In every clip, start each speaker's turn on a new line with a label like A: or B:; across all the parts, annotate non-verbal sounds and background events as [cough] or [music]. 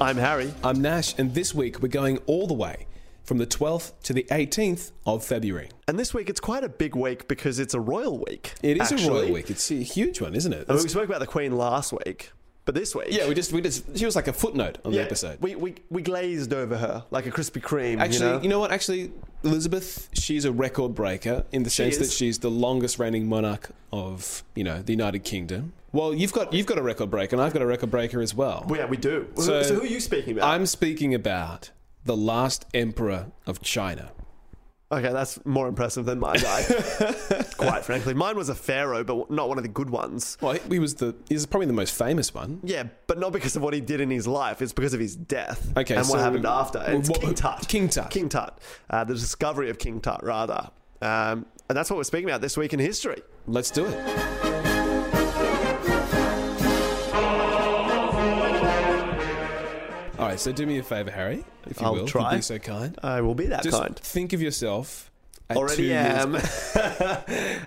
A: I'm Harry.
B: I'm Nash, and this week we're going all the way from the 12th to the 18th of February.
A: And this week it's quite a big week because it's a royal week.
B: It is a
A: actually.
B: royal week. It's a huge one, isn't it?
A: I mean,
B: That's-
A: we spoke about the Queen last week, but this week.
B: yeah, we just we just she was like a footnote on the episode.
A: We, we, we glazed over her like a Krispy Kreme.
B: Actually,
A: you know?
B: what? Actually, Elizabeth, she's a record breaker in the sense that
A: is.
B: she's the longest reigning monarch of you know the United Kingdom. Well, you've got you've got a record breaker, and I've got a record breaker as well.
A: Well, yeah, we do. Who- So,
B: So-
A: who are you speaking about?
B: I'm speaking about the last emperor of China.
A: okay, that's more impressive than my
B: [laughs]
A: guy. quite frankly, mine was a pharaoh, but not one of the good ones.
B: Well, he was the he's probably the most famous one.
A: Yeah, but not because of what he did in his life. It's because of his death.
B: Okay,
A: and what
B: so-
A: happened after? It's
B: Well, what-
A: King Tut.
B: King Tut.
A: King Tut. Uh, the discovery of King Tut, rather. Um, and that's what we're speaking about this week in history.
B: Let's do it. All right, so do me a favor, Harry, if you
A: I'll
B: will, if you'd
A: try.
B: be so kind.
A: I will be that
B: Just
A: kind.
B: think of yourself at two
A: Already
B: years
A: am. [laughs]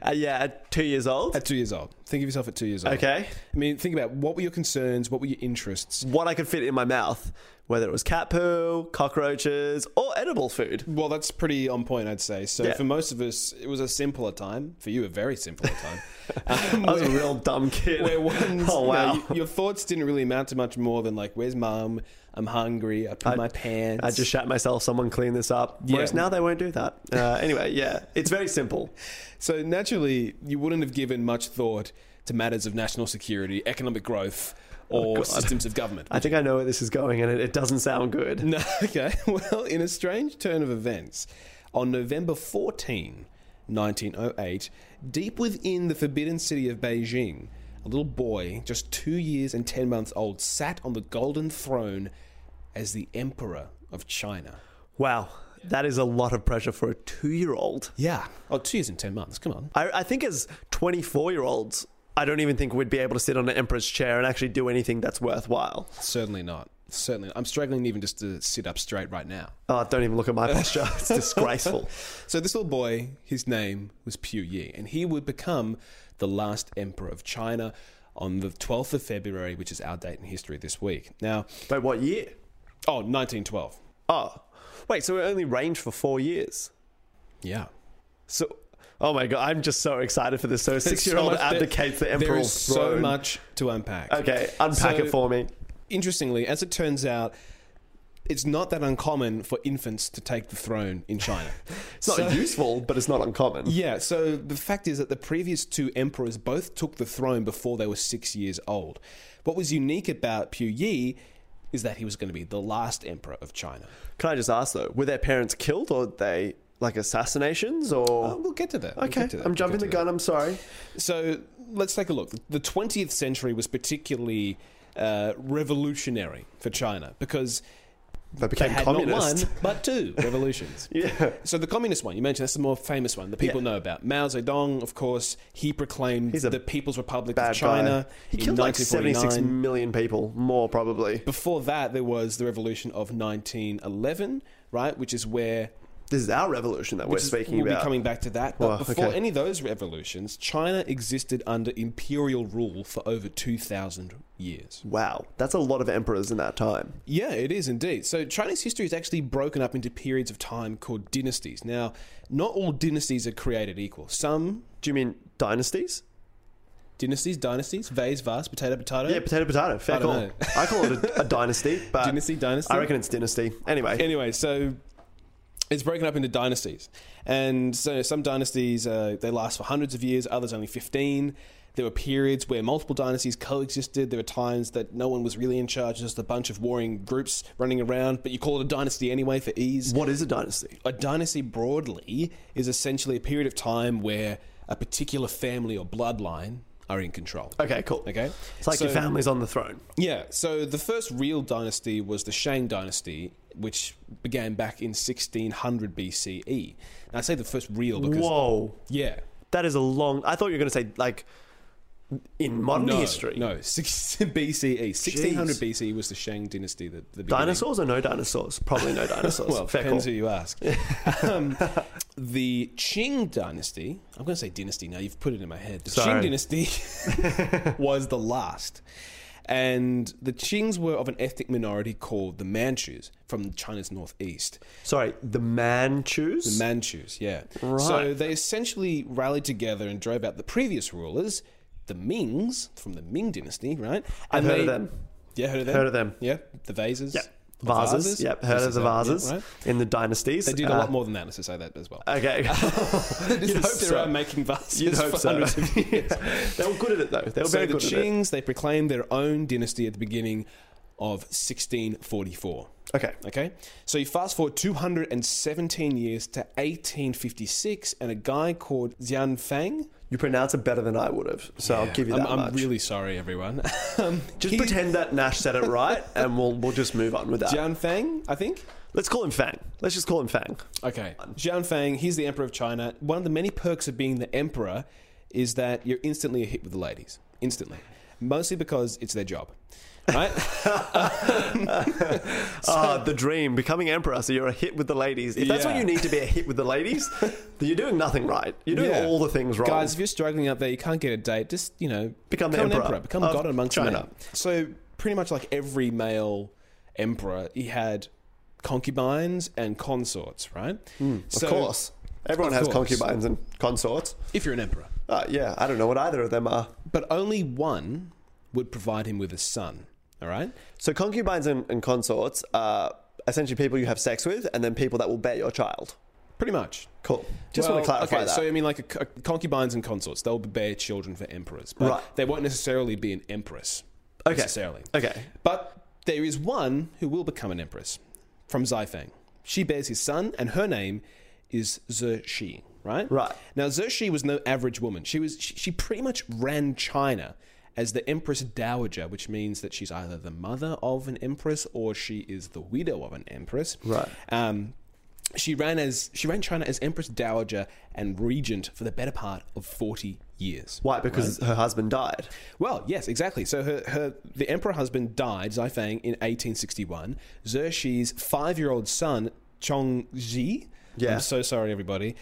A: Uh, yeah, at two years old.
B: At two years old. Think of yourself at two years old.
A: Okay.
B: I mean, think about what were your concerns? What were your interests?
A: What I could fit in my mouth, whether it was cat poo, cockroaches, or edible food.
B: Well, that's pretty on point, I'd say. So
A: Yeah.
B: for most of us, it was a simpler time. For you, a very simpler
A: [laughs]
B: time. Um,
A: I was a
B: where-
A: real dumb kid.
B: where one's,
A: [laughs] oh
B: you know,
A: wow!
B: y- your thoughts didn't really amount to much more than like, "Where's mum? I'm hungry. I put my pants."
A: I just shat myself. Someone clean this up. Whereas
B: Yeah.
A: now they won't do that. Uh, anyway, yeah, it's very simple.
B: So naturally, you wouldn't have given much thought to matters of national security, economic growth, or
A: Oh, God.
B: systems of government.
A: I think I know where this is going, and it, it doesn't sound good.
B: [laughs] No, okay. Well, in a strange turn of events, on November 14, 1908, deep within the forbidden city of Beijing, a little boy, just two years and ten months old, sat on the golden throne as the emperor of China.
A: Wow, that is a lot of pressure for a two-year-old.
B: Yeah. Oh, two years and ten months. Come on.
A: I, I think as 24 year olds, I don't even think we'd be able to sit on an emperor's chair and actually do anything that's worthwhile.
B: Certainly not. Certainly. I'm struggling even just to sit up straight right now.
A: Oh, don't even look
B: [laughs]
A: at my posture. It's disgraceful.
B: So this little boy, his name was Pu Yi, and he would become the last emperor of China on the 12th of February, which is our date in history this week. Now,
A: Wait, what year?
B: oh, 1912.
A: Oh, wait, so it only ranged for four years.
B: Yeah.
A: So, oh my God, I'm just so excited for
B: [laughs]
A: this. So, a six year old
B: much- there-
A: abdicates the
B: There
A: emperor's
B: is so
A: throne.
B: much to unpack.
A: Okay, unpack
B: So-
A: it for me.
B: Interestingly, as it turns out, it's not that uncommon for infants to take the throne in China.
A: [laughs] It's not useful, but it's not uncommon.
B: Yeah, so the fact is that the previous two emperors both took the throne before they were six years old. What was unique about Pu Yi is that he was going to be the last emperor of China.
A: Can I just ask though, were their parents killed or they like assassinations or?
B: Oh, we'll get to that. We'll
A: okay,
B: get to that.
A: I'm
B: We'll
A: jumping
B: get to
A: the gun, I'm sorry.
B: that. So let's take a look. The 20th century was particularly uh, revolutionary for China because
A: They
B: they
A: became
B: had
A: communist. [laughs]
B: not one, but two revolutions.
A: Yeah.
B: So the communist one you mentioned, that's the more famous one that people
A: Yeah.
B: know about. Mao Zedong, of course, he proclaimed
A: He's a
B: the People's Republic
A: Bad
B: of China.
A: guy. He
B: in
A: killed like 76
B: 1949.
A: million people, more probably.
B: Before that, there was the revolution of 1911, right, which is where
A: This is our revolution that we're
B: is-
A: speaking
B: we'll
A: about.
B: be coming back to that. But
A: Oh,
B: before
A: okay.
B: any of those revolutions, China existed under imperial rule for over 2,000 years.
A: wow, that's a lot of emperors in that time.
B: Yeah, it is indeed. So Chinese history is actually broken up into periods of time called dynasties. Now, not all dynasties are created equal. Some
A: Do you mean dynasties?
B: dynasties, dynasties, vase, vase, potato, potato.
A: Yeah, potato, potato. Fair
B: I don't
A: call.
B: know.
A: I call it a, a
B: [laughs]
A: dynasty, but
B: Dynasty, dynasty.
A: I reckon it's dynasty. Anyway,
B: anyway, so it's broken up into dynasties, and so some dynasties uh, they last for hundreds of years, others only fifteen. There were periods where multiple dynasties coexisted. There were times that no one was really in charge, just a bunch of warring groups running around. But you call it a dynasty anyway for ease.
A: what is a dynasty?
B: A dynasty broadly is essentially a period of time where a particular family or bloodline are in control.
A: Okay, cool.
B: Okay,
A: It's like your
B: So-
A: family's on the throne.
B: yeah, so the first real dynasty was the Shang dynasty, which began back in 1600 BCE. And E. I say the first real because
A: Whoa,
B: yeah,
A: that is a long. I thought you were going to say like in modern
B: no,
A: history.
B: no, [laughs] six, E, BCE, 1600
A: Jeez.
B: BCE was the Shang dynasty. The, the beginning.
A: Dinosaurs or no dinosaurs? Probably no dinosaurs.
B: [laughs] Well,
A: Fair call.
B: depends who
A: [laughs]
B: you ask. um, the Qing dynasty, I'm going to say dynasty [laughs] now, you've put it in my head. The
A: Sorry.
B: Qing dynasty was the last. And the Qings were of an ethnic minority called the Manchus from China's northeast.
A: Sorry, the Manchus.
B: The Manchus, yeah.
A: Right.
B: So they essentially rallied together and drove out the previous rulers, the Mings from the Ming dynasty, right?
A: I've
B: And
A: heard of
B: they-
A: them.
B: Yeah, heard of them.
A: Heard of them.
B: Yeah, the vases.
A: Yep.
B: The
A: Vases. Yep, heard of the
B: Yeah,
A: vases Uh,
B: right.
A: in the dynasties.
B: They did a lot more than that, let's just say that as
A: [laughs]
B: [laughs] well.
A: Okay.
B: You'd
A: hope so.
B: making vases
A: You'd hope
B: for
A: so. [laughs]
B: hundreds of years.
A: they were good at it though. They were
B: so
A: very
B: the
A: good at it.
B: Qings, they proclaimed their own dynasty at the beginning of 1644.
A: Okay.
B: Okay, so you fast forward 217 years to 1856, and a guy called Xian Fang.
A: You pronounce it better than I would have, so I'll give you
B: I'm,
A: that
B: I'm
A: much.
B: really sorry, everyone.
A: [laughs]
B: um,
A: just
B: he-
A: pretend that Nash said it
B: [laughs]
A: right, and we'll we'll just move on with that.
B: Xian Fang, I think.
A: Let's call him Fang. Let's just call him Fang.
B: Okay, Xian Fang. He's the emperor of China. One of the many perks of being the emperor is that you're instantly a hit with the ladies, instantly, mostly because it's their job,
A: [laughs]
B: right?
A: Ah, the dream, becoming emperor, so you're a hit with the ladies. If that's what
B: Yeah.
A: you need to be a hit with the
B: [laughs]
A: ladies, then you're doing nothing right. You're doing
B: Yeah.
A: all the things wrong.
B: Guys, if you're struggling out there, you can't get a date, just, you know,
A: Become the
B: an
A: emperor
B: emperor. Become
A: of
B: god amongst
A: China.
B: men. So, pretty much like every male emperor, he had concubines and consorts, right?
A: Hmm, of course. Everyone
B: Of
A: has
B: course.
A: concubines and consorts.
B: If you're an emperor.
A: Uh, yeah, I don't know what either of them are.
B: But only one would provide him with a son, all right?
A: So concubines and, and consorts are essentially people you have sex with, and then people that will bear your child.
B: Pretty much.
A: Cool. Just want to
B: Well,
A: clarify
B: okay,
A: that.
B: So I mean, like a, co- concubines and consorts, they'll bear children for emperors, but
A: Right.
B: they won't necessarily be an empress
A: Okay.
B: necessarily.
A: okay.
B: But there is one who will become an empress from Xifang. She bears his son, and her name is Xerxi, right?
A: Right.
B: Now, Xerxi was no average woman. She was she, she pretty much ran China as the Empress Dowager, which means that she's either the mother of an empress or she is the widow of an empress.
A: Right.
B: Um, she ran as she ran China as Empress Dowager and regent for the better part of forty years.
A: Why? Because her husband died.
B: Well, yes, exactly. So her, her the emperor husband died, Zaifang, in 1861. Xerxes' five-year-old son, Chongzhi.
A: Yeah.
B: I'm so sorry, everybody.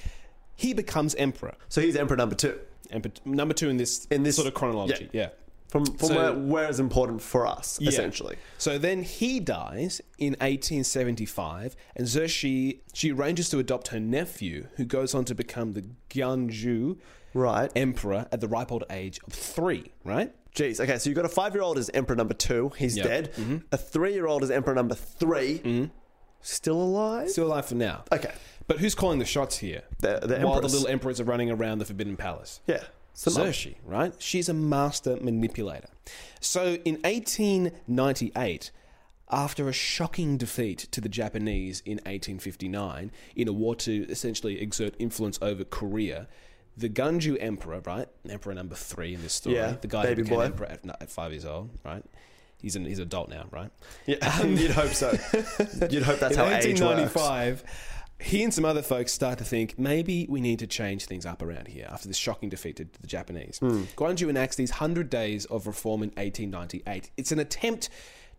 B: He becomes emperor.
A: So he's emperor number two.
B: Emperor number two in this,
A: In this-
B: sort of chronology. Yeah.
A: From from
B: So-
A: where where is important for us essentially.
B: So then he dies in 1875, and Xerxes she arranges to adopt her nephew, who goes on to become the Gyeongju
A: Right.
B: emperor at the ripe old age of three. Right.
A: Jeez. Okay. So you got a five year old as emperor number two. He's
B: Yep.
A: dead. A three year old is emperor number 3
B: Mm-hmm.
A: Still alive.
B: Still alive for now.
A: okay.
B: But who's calling the shots here?
A: The, the
B: While
A: emperors.
B: the little emperors are running around the Forbidden Palace.
A: yeah. Some
B: Xerxes, right? She's a master manipulator. So in 1898, after a shocking defeat to the Japanese in 1859 in a war to essentially exert influence over Korea, the Gunju Emperor, right? Emperor number three in this story.
A: Yeah,
B: the guy
A: baby
B: who became
A: boy.
B: emperor at, at five years old, right? He's an, he's an adult now, right?
A: yeah. [laughs] You'd hope
B: [laughs]
A: so. You'd hope that's
B: Um, in
A: how age works.
B: 1895, he and some other folks start to think maybe we need to change things up around here after this shocking defeat to the Japanese.
A: Hmm.
B: Guangzhou enacts these 100 days of reform in 1898. It's an attempt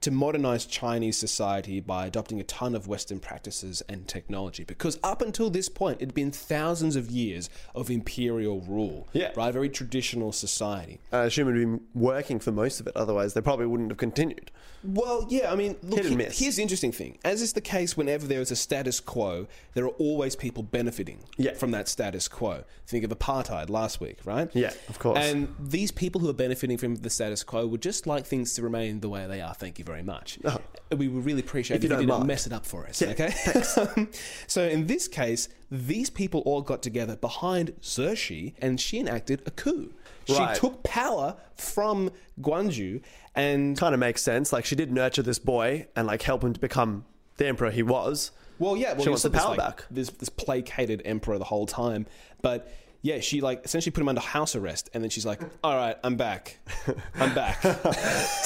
B: to modernize Chinese society by adopting a ton of Western practices and technology because up until this point, it'd been thousands of years of imperial rule,
A: Yeah.
B: right? Very traditional society.
A: I assume it'd been working for most of it. Otherwise, they probably wouldn't have continued.
B: Well, yeah, I mean, look,
A: Hit and
B: he-
A: miss.
B: here's the interesting thing. As is the case whenever there is a status quo, there are always people benefiting
A: Yeah.
B: from that status quo. Think of apartheid last week, right?
A: Yeah, of course.
B: And these people who are benefiting from the status quo would just like things to remain the way they are. Thank you very much. We would really
A: Oh. you
B: appreciate if, you,
A: don't
B: didn't
A: mind.
B: mess it up for us, okay? [laughs] Um, so in this case, these people all got together behind Xerxes and she enacted a coup.
A: Right.
B: She took power from Guangzhou and
A: kind of makes sense. Like she did nurture this boy and like help him to become the emperor he was.
B: Well, yeah, well,
A: She
B: you
A: wants
B: said
A: the
B: this,
A: power
B: like,
A: back.
B: This this placated emperor the whole time, but yeah, she like essentially put him under house arrest, and then she's like, [laughs] "All right, I'm back, I'm back."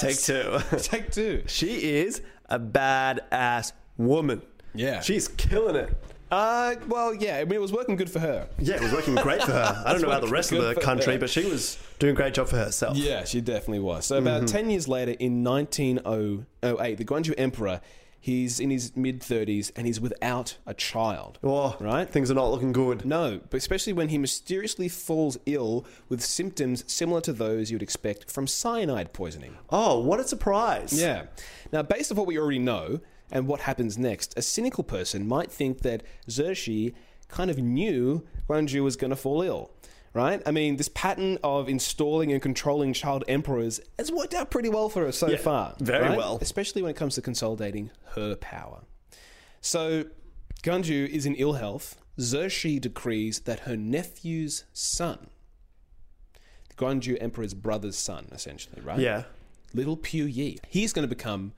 A: Take two.
B: [laughs] Take two.
A: she is a badass woman.
B: Yeah.
A: she's killing it.
B: Uh, well, yeah, I mean, it was working good for her.
A: Yeah, it was working great for her. I don't know about the rest of
B: good
A: the
B: for
A: country,
B: her.
A: but she was doing a great job for herself.
B: Mm-hmm. Yeah, she definitely was. So about ten years later, in 1908, the oh Guangzhou emperor He's in his mid 30s and he's without a child.
A: Oh,
B: Right?
A: Things are not looking good.
B: No, but especially when he mysteriously falls ill with symptoms similar to those you'd expect from cyanide poisoning.
A: Oh, what a surprise.
B: Yeah. Now, based on what we already know and what happens next, a cynical person might think that Xerxes kind of knew Guangzhou was going to fall ill, right? I mean, this pattern of installing and controlling child emperors has worked out pretty well for her so
A: Yeah,
B: far.
A: very
B: right?
A: well.
B: Especially when it comes to consolidating her power. So, Gunju is in ill health. Xerxes decrees that her nephew's son, the Guangzhou Emperor's brother's son, essentially, right?
A: Yeah.
B: Little Pew Yi. He's going to become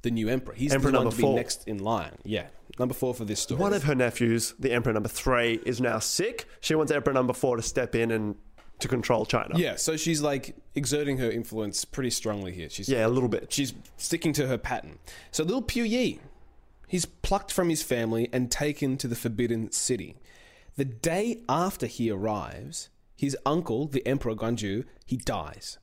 B: the new emperor. He's
A: Emperor
B: the one
A: number
B: to be
A: four.
B: next in line. Yeah, number four for this story.
A: One of her nephews, the Emperor number three, is now sick. She wants Emperor number four to step in and to control China.
B: yeah, so she's like exerting her influence pretty strongly here. She's
A: Yeah, a little bit.
B: she's sticking to her pattern. So little Pew Yi, he's plucked from his family and taken to the Forbidden City. The day after he arrives, his uncle, the Emperor Gunju, he dies.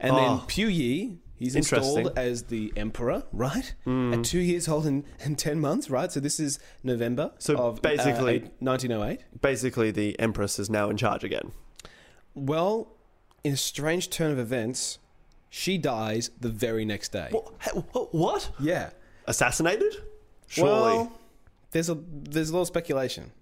B: And then
A: Oh.
B: Pew Yi, he's
A: Interesting. Hmm.
B: installed as the Emperor, right? At two years old and, and 10 months, right? So this is November
A: So
B: of uh,
A: basically-
B: eight- 1908.
A: Basically, the Empress is now in charge again.
B: Well, in a strange turn of events, she dies the very next day.
A: Wha- he- wha- What?
B: Yeah.
A: Assassinated? Surely.
B: Well, there's a there's a lot of speculation.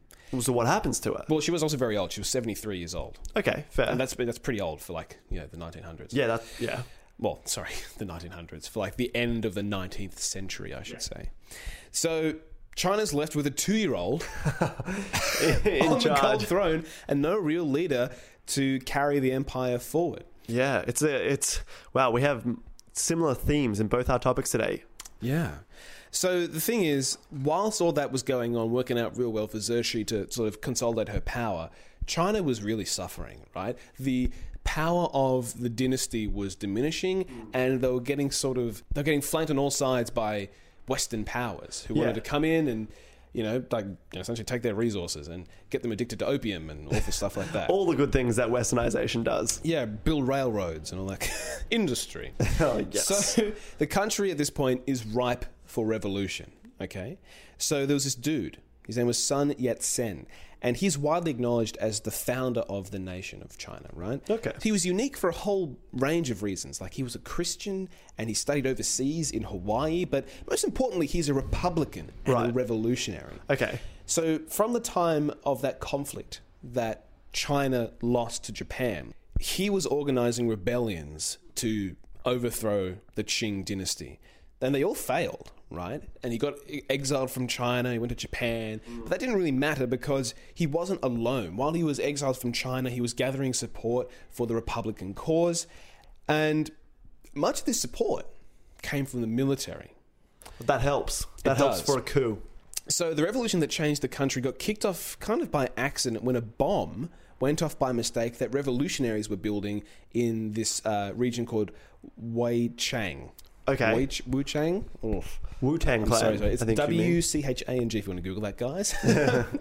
A: so what happens to her?
B: Well, she was also very old. She was 73 years old.
A: Okay, fair.
B: And that's that's pretty old for like, you know, the 1900s.
A: yeah, that yeah.
B: Well, [laughs] sorry, the 1900s for like the end of the 19th century, I should say. So China's left with a 2-year-old
A: [laughs] in
B: on the gold
A: charge.
B: throne and no real leader to carry the empire forward.
A: Yeah, it's a it's wow. We have similar themes in both our topics today.
B: Yeah. So the thing is, whilst all that was going on, working out real well for Xerxes to sort of consolidate her power, China was really suffering, right? The power of the dynasty was diminishing, and they were getting sort of they're getting flanked on all sides by Western powers who
A: Yeah.
B: wanted to come in and you know like you know, essentially take their resources and get them addicted to opium and awful stuff like
A: [laughs]
B: that.
A: All the good things that westernization
B: [laughs]
A: does.
B: yeah, build railroads and all that [laughs] industry.
A: Oh, yes.
B: So [laughs] the country at this point is ripe for revolution. Okay. So there was this dude. His name was Sun Yat sen. And he's widely acknowledged as the founder of the nation of China, right?
A: Okay.
B: He was unique for a whole range of reasons. Like he was a Christian and he studied overseas in Hawaii, but most importantly, he's a Republican and a
A: Right.
B: revolutionary.
A: okay.
B: So, from the time of that conflict that China lost to Japan, he was organizing rebellions to overthrow the Qing dynasty. And they all failed, right? And he got e-, exiled from China, he went to Japan. But that didn't really matter because he wasn't alone. While he was exiled from China, he was gathering support for the Republican cause. And much of this support came from the military.
A: That helps. That
B: It
A: helps
B: does.
A: for a coup.
B: So the revolution that changed the country got kicked off kind of by accident when a bomb went off by mistake that revolutionaries were building in this uh, region called Wei Chang.
A: Okay.
B: Wei Ch- Wu Chang? Oof.
A: Wu Tang Clan.
B: Sorry, sorry. It's
A: I think you
B: W
A: mean.
B: C H A N G if you want to Google that, guys.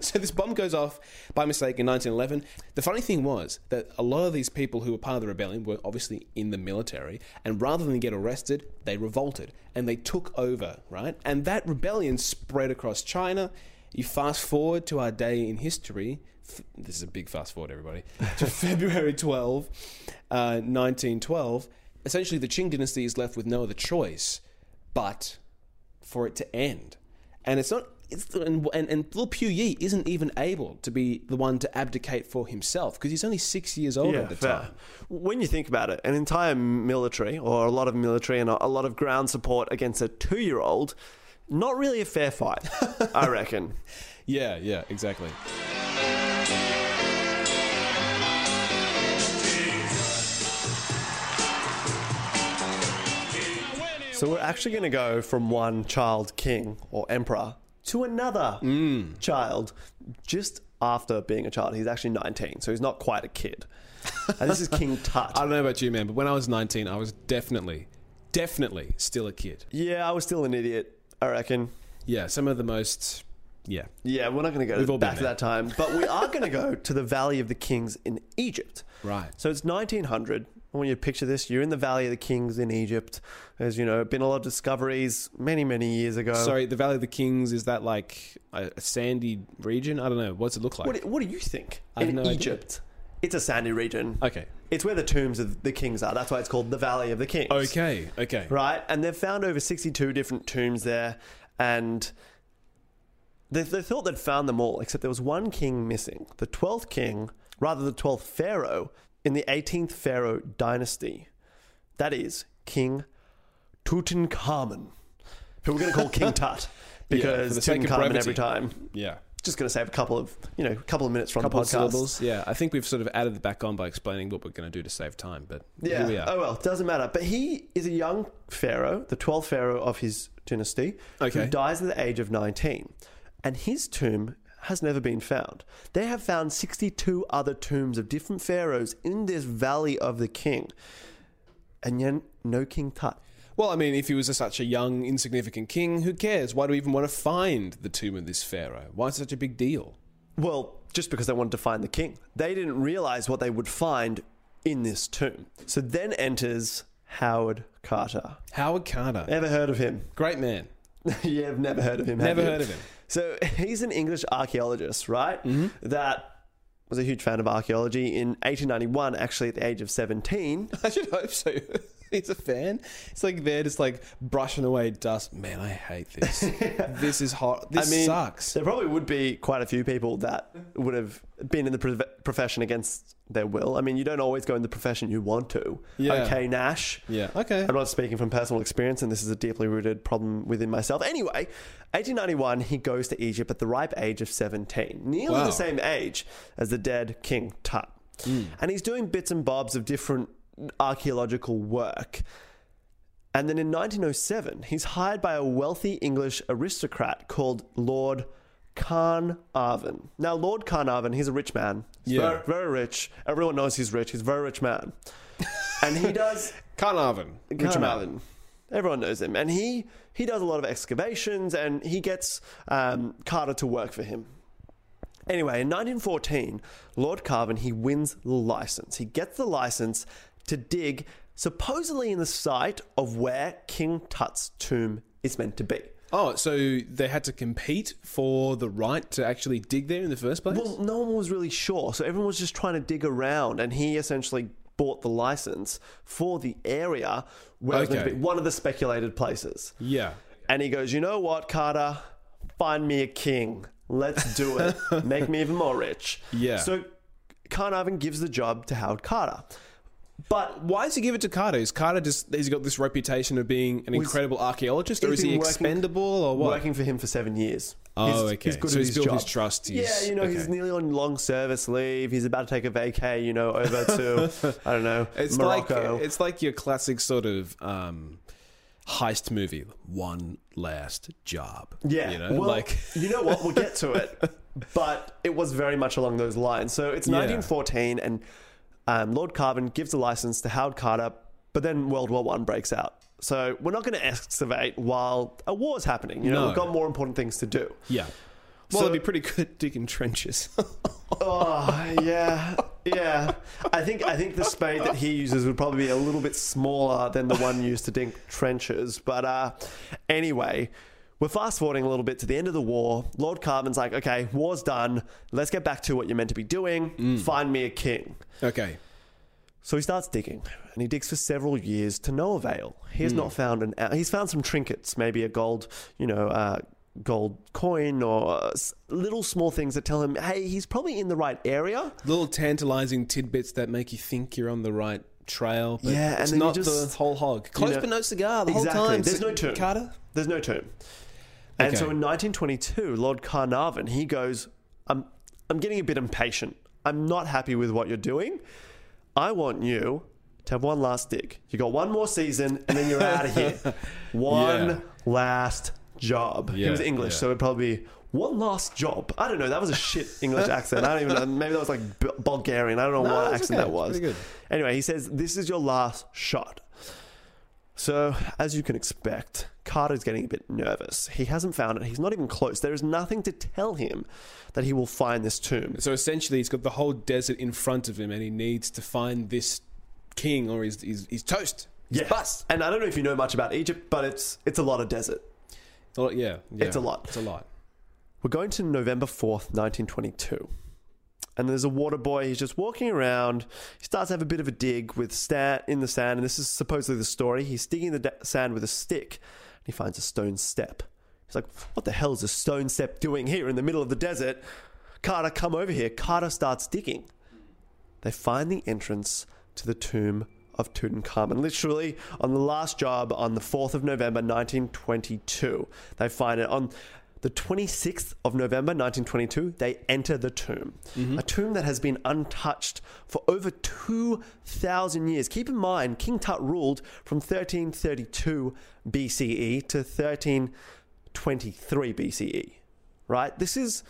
B: [laughs] so this bomb goes off by mistake in 1911. The funny thing was that a lot of these people who were part of the rebellion were obviously in the military, and rather than get arrested, they revolted and they took over, right? And that rebellion spread across China. You fast forward to our day in history. f- This is a big fast forward, everybody.
A: [laughs]
B: To February 12, uh, 1912. Essentially, the Qing dynasty is left with no other choice but for it to end. And it's not. It's, and, and and little Pew Yi isn't even able to be the one to abdicate for himself because he's only six years old
A: Yeah,
B: at the
A: fair.
B: time.
A: When you think about it, an entire military or a lot of military and a lot of ground support against a two-year-old, not really a fair
B: [laughs]
A: fight, I reckon.
B: Yeah, yeah, exactly.
A: So we're actually going to go from one child king or emperor to another Mm. child just after being a child. He's actually 19, so he's not quite a kid. [laughs] And this is King
B: I
A: Tut.
B: don't know about you, man, but when I was nineteen, I was definitely, definitely still a kid.
A: Yeah, I was still an idiot, I reckon.
B: Yeah, some of the most. Yeah,
A: Yeah, we're not going to
B: We've
A: go
B: all
A: back
B: been
A: to
B: there.
A: that time, but we are going to go to the Valley of the Kings in Egypt.
B: right.
A: So it's 1900. I want you to picture this. You're in the Valley of the Kings in Egypt. There's, you know, been a lot of discoveries many, many years ago.
B: Sorry, the Valley of the Kings is that like a, a sandy region? I don't know. What's it look like?
A: What, what do you think?
B: I have
A: in
B: no idea.
A: Egypt, it's a sandy region.
B: okay.
A: It's where the tombs of the kings are. That's why it's called the Valley of the Kings.
B: Okay. Okay.
A: Right? And they've found over 62 different tombs there. And they, they thought they'd found them all, except there was one king missing. The 12th king, rather, the 12th pharaoh in the 18th pharaoh dynasty. That is King Tutankhamun, who we're going to call
B: [laughs]
A: King Tut.
B: for
A: Because
B: the sake of
A: Tutankhamun
B: brevity.
A: every time.
B: Yeah.
A: Just going to save a couple of, you know, a couple of minutes from
B: Couple
A: the
B: of
A: podcast.
B: syllables. Yeah. I think we've sort of added the back on by explaining what we're going to do to save time, but
A: Yeah.
B: here we are.
A: Oh well, doesn't matter. But he is a young pharaoh, the twelfth pharaoh of his dynasty,
B: Okay.
A: who dies at the age of nineteen, and his tomb has never been found. They have found sixty-two other tombs of different pharaohs in this Valley of the King, and yet no King Tut.
B: Well, I mean, if he was such a young, insignificant king, who cares? Why do we even want to find the tomb of this pharaoh? Why is it such a big deal?
A: Well, just because they wanted to find the king, they didn't realize what they would find in this tomb. So then enters Howard Carter.
B: Howard Carter,
A: Ever heard of him?
B: great man. [laughs]
A: [laughs] yeah, I've never heard of him. have
B: Never
A: you?
B: heard of him.
A: So [laughs] he's an English archaeologist, right?
B: Mm-hmm.
A: That was a huge fan of archaeology. In 1891, actually at the age of 17,
B: I should hope so. [laughs] He's a fan. It's like they're just like brushing away dust. Man, I hate
A: [laughs]
B: this. this is hot. This
A: I mean,
B: sucks.
A: there probably would be quite a few people that would have been in the pro- profession against their will. I mean, you don't always go in the profession you want to.
B: Yeah.
A: Okay, Nash.
B: Yeah. Okay.
A: I'm not speaking from personal experience, and this is a deeply rooted problem within myself. Anyway, 1891, he goes to Egypt at the ripe age of 17, nearly
B: Wow. Hmm.
A: the same age as the dead King Tut. And he's doing bits and bobs of different archaeological work. And then in 1907, he's hired by a wealthy English aristocrat called Lord Carnarvon. Now, Lord Carnarvon, he's a rich man. He's
B: Yeah.
A: very, very rich. Everyone knows he's rich. He's a very rich man. And he does
B: Carnarvon. Richard
A: Richard
B: Mallon.
A: Allen. Everyone knows him, and he he does a lot of excavations, and he gets um, Carter to work for him. Anyway, in 1914, Lord Carvin he wins the license. He gets the license to dig supposedly in the site of where King Tut's tomb is meant to be.
B: Oh, so they had to compete for the right to actually dig there in the first place?
A: Well, no one was really sure, so everyone was just trying to dig around, and he essentially bought the license for the area where it was meant to
B: Okay.
A: be, one of the speculated places.
B: yeah.
A: And he goes, You know what, Carter? Find me a king. Let's do
B: [laughs]
A: it. Make me even more rich.
B: Yeah.
A: So Carnarvon gives the job to Howard Carter. But
B: Why does he give it to Carter? Is Carter just he's got this reputation of being an incredible archaeologist, or
A: he's
B: is he
A: been working-
B: expendable, or what?
A: working for him for seven years.
B: Oh, okay. so he's built his trust.
A: yeah, you know, he's nearly on long service leave. He's about to take a vacay, you know, over
B: [laughs]
A: to, I don't know,
B: it's
A: Morocco.
B: like it's like your classic sort of um, heist movie, one last job.
A: Yeah.
B: you know,
A: well,
B: like
A: [laughs] you know what? We'll get to it. But it was very much along those lines. So it's
B: Yeah.
A: 1914, and um, Lord Carbon gives the license to Howard Carter, but then World War One breaks out. So we're not going to excavate while a war's happening. You know,
B: No.
A: we've got more important things to do.
B: yeah.
A: So-
B: Well, it'd be pretty good digging trenches. [laughs]
A: Oh yeah, yeah. I think I think the spade that he uses would probably be a little bit smaller than the one used to dig trenches. But uh, anyway, we're fast forwarding a little bit to the end of the war. Lord Carbon's like, okay, war's done. Let's get back to what you're meant to be doing. Find me a king.
B: okay,
A: So he starts digging, and he digs for several years to no avail. He has not found an. He's found some trinkets, maybe a gold, you know, uh, gold coin or uh, s- little small things that tell him, hey, he's probably in the right area.
B: little tantalizing tidbits that make you think you're on the right trail. But
A: Yeah, and
B: it's
A: then you
B: not
A: just-
B: the whole hog. Close
A: know-
B: but no cigar. The whole
A: Exactly.
B: time.
A: There's
B: So-
A: no tomb.
B: Carter.
A: There's no tomb. And
B: Okay.
A: so in 1922, Lord Carnarvon, he goes, I'm, I'm getting a bit impatient. I'm not happy with what you're doing. I want you to have one last dig. You got one more season and then you're out of
B: [laughs]
A: here. One
B: Yeah.
A: last job. he
B: Yeah,
A: was English,
B: yeah.
A: so it'd probably be one last job. I don't know. That was a
B: [laughs]
A: shit English accent. I don't even know. Maybe that was like B- Bulgarian. I don't know
B: No,
A: what
B: it's
A: accent
B: okay.
A: that
B: It's
A: was.
B: pretty good.
A: Anyway, he says, This is your last shot. So, as you can expect, Carter's getting a bit nervous. He hasn't found it. He's not even close. There is nothing to tell him that he will find this tomb.
B: So essentially, he's got the whole desert in front of him, and he needs to find this king or he's, he's, he's toast. He's
A: Yeah.
B: bust.
A: And I don't know if you know much about Egypt, but it's it's a lot of desert.
B: Oh, yeah, yeah.
A: It's a lot.
B: It's a lot.
A: We're going to November 4th, 1922. And there's a water boy. He's just walking around. He starts to have a bit of a dig with sand in the sand. And this is supposedly the story. He's digging the da- sand with a stick and he finds a stone step. He's like, What the hell is a stone step doing here in the middle of the desert? Carter, come over here. Carter starts digging. They find the entrance to the tomb of Tutankhamun. Literally, on the last job on the 4th of November 1922, they find it. On the 26th of November 1922, they enter the tomb. A tomb that has been untouched for over 2,000 years. Keep in mind, King Tut ruled from 1332 BCE E to 1323 BCE, right? This is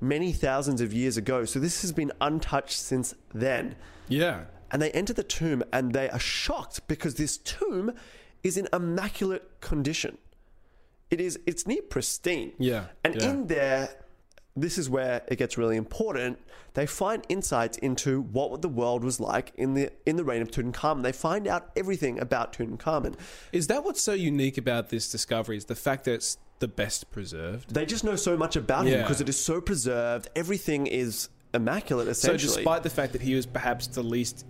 A: many thousands of years ago. So this has been untouched since then.
B: Yeah.
A: And they enter the tomb and they are shocked because this tomb is in immaculate condition. It is it's near pristine.
B: Yeah,
A: And
B: yeah.
A: in there this is where it gets really important. They find insights into what the world was like in the in the reign of Tutankhamun. They find out everything about Tutankhamun.
B: Is that what's so unique about this discovery? Is the fact that it's the best preserved?
A: They just know so much about him
B: Yeah.
A: because it is so preserved. Everything is immaculate
B: So,
A: essentially.
B: despite the fact that he was perhaps the least.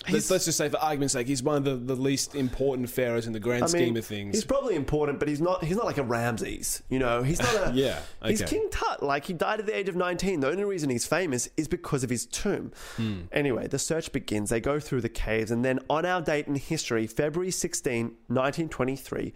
B: Let's,
A: He's-
B: let's just say, for argument's sake, he's one of the, the least important pharaohs in the grand scheme of things.
A: He's probably important, but he's not. He's not like a Ramses. You know, he's not a.
B: [laughs] Yeah,
A: He's
B: okay.
A: King Tut. Like he died at the age of nineteen. The only reason he's famous is because of his tomb.
B: Hmm.
A: Anyway, the search begins. They go through the caves, and then on our date in history, February 16, 1923,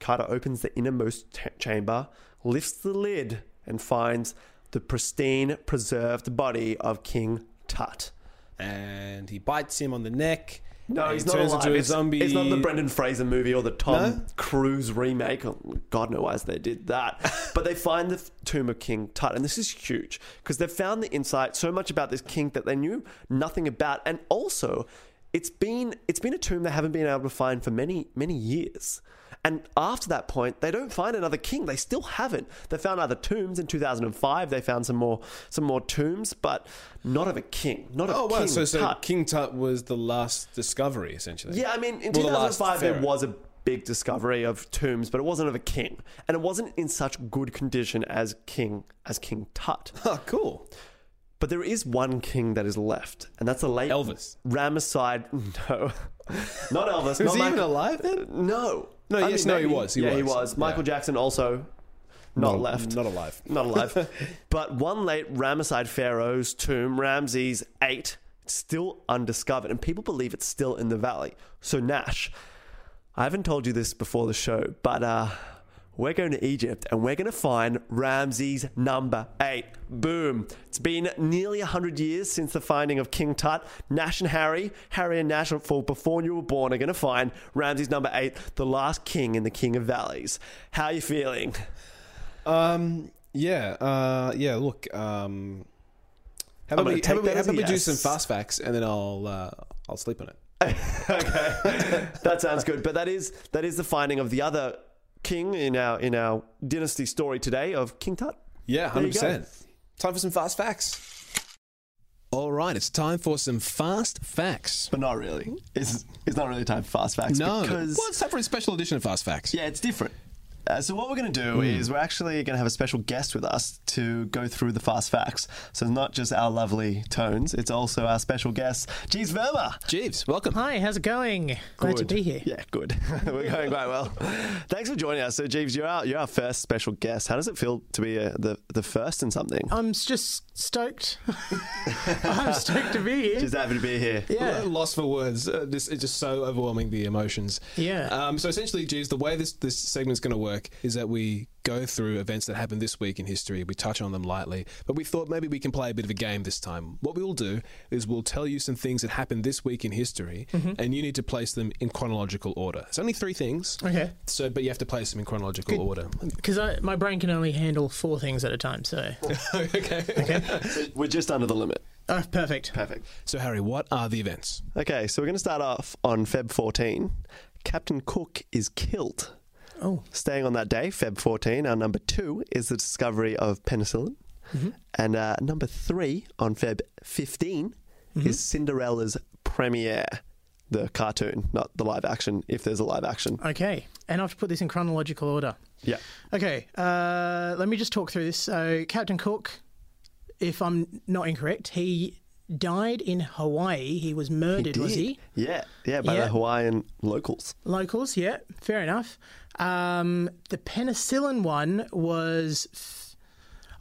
A: Carter opens the innermost t- chamber, lifts the lid, and finds the pristine, preserved body of King Tut.
B: and he bites him on the neck.
A: No,
B: and
A: he's
B: he
A: not
B: turns
A: alive.
B: into a
A: it's,
B: zombie.
A: it's not the Brendan Fraser movie or the Tom
B: No?
A: Cruise remake. Oh, God knows why they did
B: [laughs]
A: that. but they find the f- tomb of King Tut, and this is huge because they've found the insight so much about this king that they knew nothing about, and also it's been it's been a tomb they haven't been able to find for many many years. And after that point, they don't find another king. They still haven't. They found other tombs in 2005. They found some more some more tombs, but not of a king. Not of
B: Oh, wow.
A: King
B: so, so
A: Tut.
B: King Tut was the last discovery, essentially. [laughs]
A: Yeah, I mean, in
B: Well, the last
A: 2005, there
B: pharaoh.
A: was a big discovery of tombs, but it wasn't of a king, and it wasn't in such good condition as King as King Tut.
B: Oh, cool.
A: But there is one king that is left, and that's the late
B: Elvis.
A: Ramesside. [laughs] No, not
B: [laughs]
A: Elvis.
B: Was
A: not
B: he even
A: Michael-
B: alive then?
A: No.
B: No, yes, no, he
A: maybe.
B: was, he
A: yeah, he
B: was.
A: was. Michael Jackson also not left
B: Not alive.
A: not alive. but one late Ramesside pharaoh's tomb, Ramses eight, it's still undiscovered, and people believe it's still in the valley. So Nash, I haven't told you this before the show, but uh, we're going to Egypt and we're going to find Ramses number eight. Boom! It's been nearly hundred years since the finding of King Tut. Nash and Harry, Harry and Nash, for before you were born, are going to find Ramses number eight, the last king in the King of Valleys. How you feeling?
B: Um. Yeah. Uh. Yeah. Look. Um. How
A: I'm
B: about
A: gonna
B: we,
A: take
B: how about, we,
A: that
B: how
A: as a
B: about we do
A: yes.
B: some fast facts and then I'll uh, I'll sleep on it.
A: okay, that sounds good. But that is that is the finding of the other king in our in our dynasty story today of King Tut. There you
B: Yeah, hundred
A: go.
B: percent. Time for some fast facts. All right, it's time for some fast facts.
A: But not really. It's it's not really time for fast facts.
B: No,
A: because
B: well, it's time for a special edition of fast facts.
A: yeah, it's different. Uh, so what we're going to do is we're actually going to have a special guest with us to go through the fast facts. So it's not just our lovely tones; it's also our special guest, Jeez Verma.
B: Jeeves, welcome.
C: Hi, how's it going? Glad to
A: Good.
C: be here.
A: Yeah, good. [laughs] We're going quite well. Thanks for joining us. So, Jeeves, you're our, you're our first special guest. How does it feel to be uh the, the first in something?
C: I'm s- just stoked. [laughs]
A: [laughs]
C: I'm stoked to be here.
A: Just happy to be here.
C: yeah.
B: Lost for words. Uh, this it's just so overwhelming the emotions.
C: Yeah.
B: Um, so essentially, Jeeves, the way this this segment's going to work is that we go through events that happened this week in history. We touch on them lightly, but we thought maybe we can play a bit of a game this time. What we will do is we'll tell you some things that happened this week in history,
C: Mm-hmm.
B: and you need to place them in chronological order. It's only three things.
C: Okay.
B: So, but you have to place them in chronological order.
C: Because my brain can only handle four things at a
A: [laughs]
C: time, so.
B: okay.
A: We're just under the limit.
C: Oh, perfect.
A: Perfect.
B: So, Harry, what are the events?
A: Okay, so we're going to start off on Feb 14. Captain Cook is killed.
C: Oh.
A: Staying on that day, Feb 14, our number two is the discovery of penicillin.
C: Mm-hmm.
A: And uh,
C: Mm-hmm.
A: number three on Feb 15 is Cinderella's premiere. the cartoon, not the live action, if there's a live action.
C: Okay, and I have to put this in chronological order.
A: Yeah.
C: Okay, uh, let me just talk through this. So, Captain Cook, if I'm not incorrect, he died in Hawaii. He was murdered, was he?
A: Yeah. Yeah, by
C: Yeah.
A: the Hawaiian locals.
C: Locals, yeah, fair enough. Um, the penicillin one was.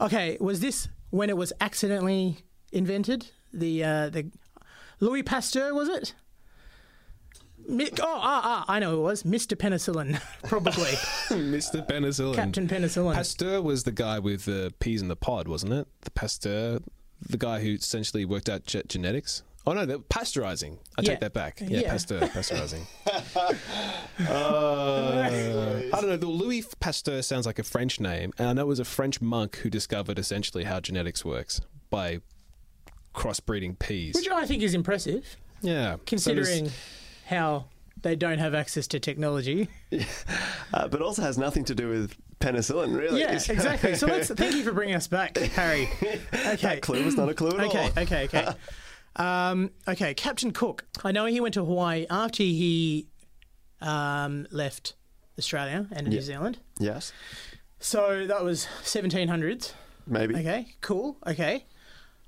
C: Okay, was this when it was accidentally invented? The uh, the Louis Pasteur was it? Mi- oh, ah, ah, I know who it was. Mr. Penicillin, [laughs] probably.
B: Mr. Penicillin.
C: Captain Penicillin.
B: Pasteur was the guy with the peas in the pod, wasn't it? The Pasteur, the guy who essentially worked out ge- genetics. Oh no, they're pasteurizing. I
C: Yeah.
B: take that back. Yeah,
C: Yeah.
B: Pasteur, pasteurizing. I don't know. The Louis Pasteur sounds like a French name, and I know it was a French monk who discovered essentially how genetics works by crossbreeding peas.
C: Which I think is impressive,
B: yeah, So there's-
C: considering how they don't have access to technology.
A: Uh, but also has nothing to do with penicillin, really.
C: Oh,
A: [laughs]
C: Yeah, exactly. So [laughs] let's thank you for bringing us back, Harry. Okay.
A: clue was not a clue at
C: okay,
A: all.
C: okay, okay. um, okay, Captain Cook. I know he went to Hawaii after he um, left Australia and New Zealand.
A: Yes.
C: So that was 1700s.
A: Maybe.
C: Okay, cool. Okay.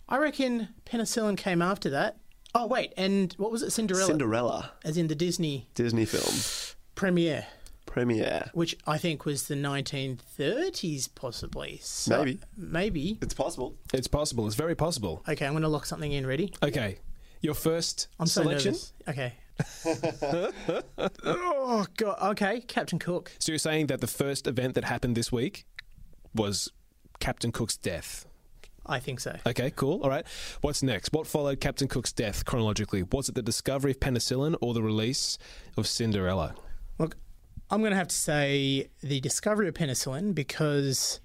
C: I reckon penicillin came after that. Oh, wait. And what was it? Cinderella?
A: Cinderella,
C: As in the Disney
A: Disney film,
C: premiere,
A: premiere.
C: which I think was the 1930s, possibly. So-
A: Maybe.
C: Maybe.
A: It's possible.
B: it's possible. It's very possible.
C: Okay, I'm going to lock something in. Ready?
B: Okay, your 1st
C: I'm so
B: selection.
C: nervous.
B: [laughs]
C: Okay. oh god. Okay, Captain Cook.
B: So you're saying that the first event that happened this week was Captain Cook's death.
C: I think so.
B: Okay, cool. All right. What's next? What followed Captain Cook's death chronologically? Was it the discovery of penicillin or the release of Cinderella?
C: Look, I'm going to have to say the discovery of penicillin because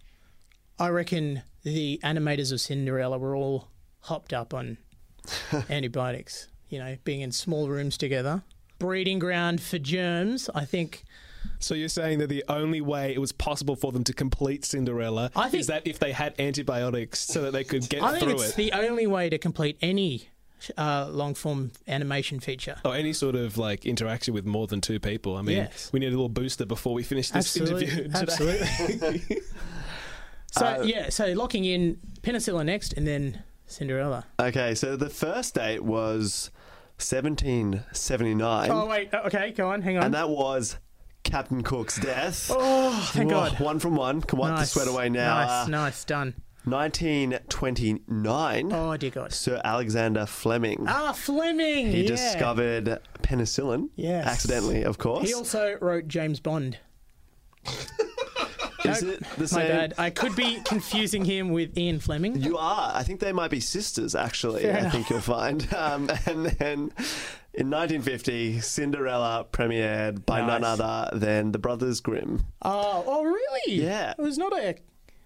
C: I reckon the animators of Cinderella were all hopped
B: [laughs]
C: up on antibiotics. You know, being in small rooms together, breeding ground for germs. I think.
B: So you're saying that the only way it was possible for them to complete Cinderella
C: I think-
B: is that if they had antibiotics so that they could get
C: I think
B: through
C: it's
B: it.
C: the only way to complete any uh, long form animation feature.
B: or any sort of like interaction with more than two people. I mean,
C: Yes.
B: we need a little booster before we finish this interview. [laughs] today.
C: Absolutely. so
A: Uh,
C: yeah, so locking in penicillin next, and then Cinderella.
A: Okay, so the first date was 1779,
C: Oh wait, oh, okay, go on, hang on.
A: and that was Captain Cook's death.
C: oh, thank
A: Whoa,
C: God.
A: One from one. Can wipe
C: nice.
A: the sweat away now.
C: Nice,
A: Uh,
C: nice, done.
A: 1929,
C: Oh dear God.
A: Sir Alexander Fleming.
C: Ah, Fleming.
A: He
C: yeah.
A: discovered penicillin,
C: Yes.
A: accidentally, of course.
C: He also wrote James Bond.
A: Is
C: Nope,
A: it the
C: My
A: same?
C: bad. I
A: [laughs]
C: could be confusing him with Ian Fleming.
A: You are. I think they might be sisters, actually.
C: Fair
A: I
C: enough.
A: think you'll find. [laughs] Um, and then in 1950, Cinderella premiered by none
C: Nice.
A: other than the Brothers Grimm.
C: Oh, oh really?
A: Yeah.
C: It was not a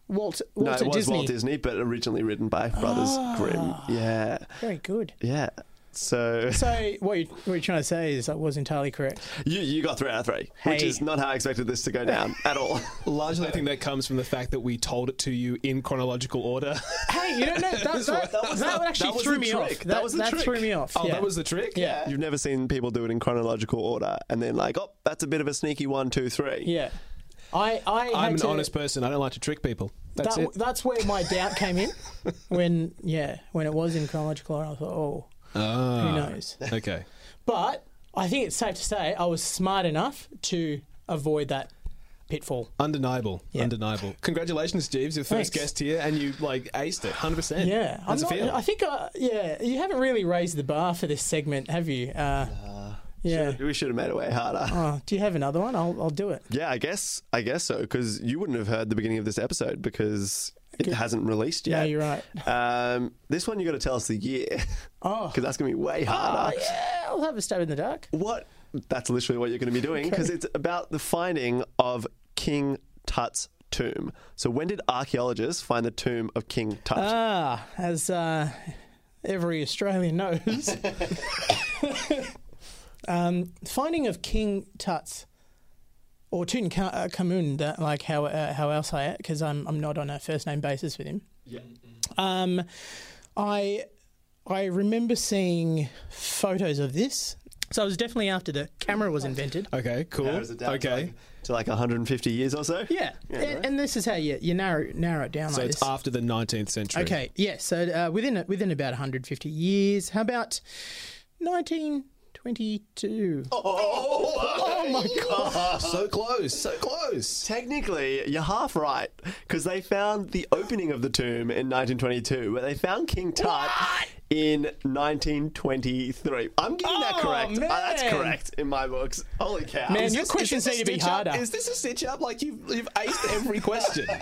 C: Walt Walter
A: no, it was
C: Disney. Ah.
A: Walt Disney, but originally written by Brothers Grimm. Yeah.
C: Very good.
A: Yeah. So
C: So what you what you're trying to say is I was entirely correct.
A: you, you got three out of three, which
C: Hey.
A: is not how I expected this to go
C: [laughs]
A: down at all.
B: Largely, I think that comes from the fact that we told it to you in chronological order.
C: Hey, you
A: [laughs]
C: don't know that. That, that, actually
A: that was
C: threw
A: the
C: me
A: trick.
C: off.
A: That was the
C: that
A: trick.
C: threw me
B: [laughs]
C: off.
B: Oh,
C: yeah.
B: that was the trick?
C: yeah.
A: You've never seen people do it in chronological order and then, like, oh, that's a bit of a sneaky one, two, three.
C: yeah. I, I had
B: I'm an
C: to-
B: honest person. I don't like to trick people. That's
C: that,
B: it.
C: That's where my doubt
B: [laughs]
C: came in. When yeah, when it was in chronological order, I thought, oh,
B: Ah.
C: who knows? [laughs]
B: Okay.
C: But I think it's safe to say I was smart enough to avoid that pitfall.
B: Undeniable. Undeniable. Congratulations, Jeeves. Your
C: Thanks.
B: first guest here, and you like aced it 100%.
C: Yeah, I'm
B: How's it
C: not-
B: feel?
C: I think uh, yeah, you haven't really raised the bar for this segment, have you? Uh, yeah.
A: We should have made it way harder.
C: Oh, do you have another one? I'll I'll do it.
A: Yeah, I guess I guess so because you wouldn't have heard the beginning of this episode because it hasn't released
C: Yeah,
A: yet.
C: you're right.
A: Um, this one you got to tell us the year
C: [laughs] Oh.
A: because that's gonna be way
C: Oh,
A: harder.
C: yeah, I'll have a stab in the dark.
A: What? That's literally what you're gonna be doing because it's about the finding of King Tut's tomb. So when did archaeologists find the tomb of King Tut?
C: Ah, as uh, every Australian knows, um, finding of King Tut's or Tutankhamun, that like how uh, how else I because I'm I'm not on a first name basis with him. Yeah. Um, I I remember seeing photos of this So it was definitely after the camera was invented.
B: Okay, cool.
A: Narrows it down To
B: Okay.
A: like, to like 150 years or so.
C: Yeah, and, and this is how you, you narrow narrow it down
B: So
C: like
B: it's
C: this.
B: after the 19th century.
C: Okay, yeah. So uh, within within about 150 years, how about 1922?
A: Oh, my god.
B: So close, Uh-huh. so close.
A: Technically, you're half right because they found the opening of the tomb in 1922, but they found King Tut in 1923. I'm getting that
C: Oh,
A: correct. Uh, that's
C: man.
A: correct in my books. Holy cow!
C: Man,
A: Is
C: your
A: this-
C: questions
A: is
C: need
A: this
C: to be
A: stitch up?
C: harder.
B: Is this a stitch up? Like you've you've aced every question.
A: [laughs]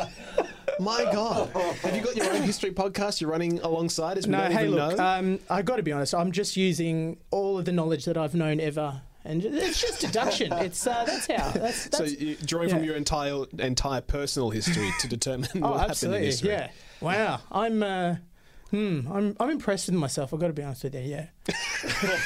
A: My god.
B: Have you got your own history podcast you're running alongside us? We
C: No,
B: don't
C: hey,
B: even
C: look,
B: know?
C: um, I got to be honest. I'm just using all of the knowledge that I've known ever, and it's
B: [laughs]
C: just deduction. it's uh, that's how. That's, that's,
B: so you drawing from
C: yeah.
B: your entire entire personal history to determine
C: oh,
B: what happened in
C: absolutely,
B: history.
C: yeah. Wow, I'm. Uh, Hmm, I'm I'm impressed with myself. I've got to be honest with you.
B: [laughs]
C: Yeah. [laughs]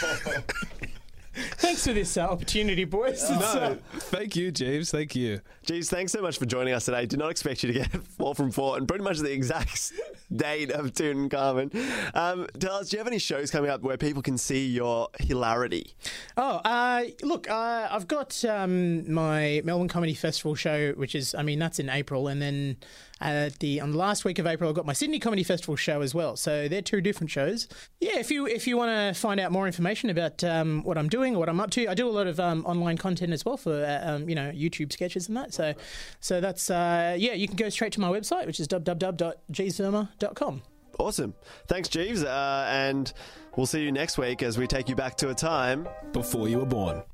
C: Thanks for this uh, opportunity, boys. It's, uh,
B: No, thank you, Jeeves. Thank you.
A: Jeez, thanks so much for joining us today. Did not expect you to get [laughs] four from four and pretty much the exact date of Tutankhamun. Um, tell us, do you have any shows coming up where people can see your hilarity?
C: Oh, uh, look, uh, I've got um, my Melbourne Comedy Festival show, which is, I mean, that's in April, and then at the on the last week of April, I've got my Sydney Comedy Festival show as well. So they're two different shows. Yeah, if you if you want to find out more information about um, what I'm doing or what I'm up to, I do a lot of um, online content as well for uh, um, you know YouTube sketches and that. So, so that's uh, yeah, you can go straight to my website, which is e www.gzerma.com.
A: Awesome. Thanks, Jeeves. Uh, and we'll see you next week as we take you back to a time.
B: Before you were born.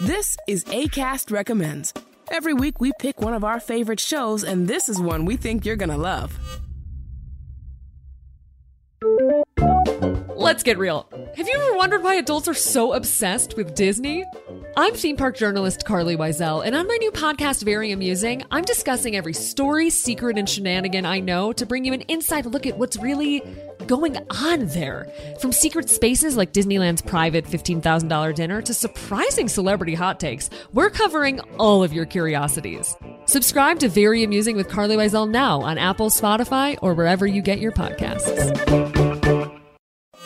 D: This is ACAST Recommends. Every week we pick one of our favorite shows, and this is one we think you're gonna love.
E: Let's get real. Have you ever wondered why adults are so obsessed with Disney? I'm theme park journalist Carly Wiesel, and on my new podcast, Very Amusing, I'm discussing every story, secret, and shenanigan I know to bring you an inside look at what's really going on there. From secret spaces like Disneyland's private $15,000 dinner to surprising celebrity hot takes, we're covering all of your curiosities. Subscribe to Very Amusing with Carly Wiesel now on Apple, Spotify, or wherever you get your podcasts.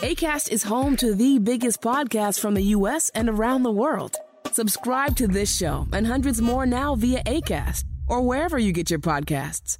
D: ACAST is home to the biggest podcasts from the US and around the world. Subscribe to this show and hundreds more now via ACAST or wherever you get your podcasts.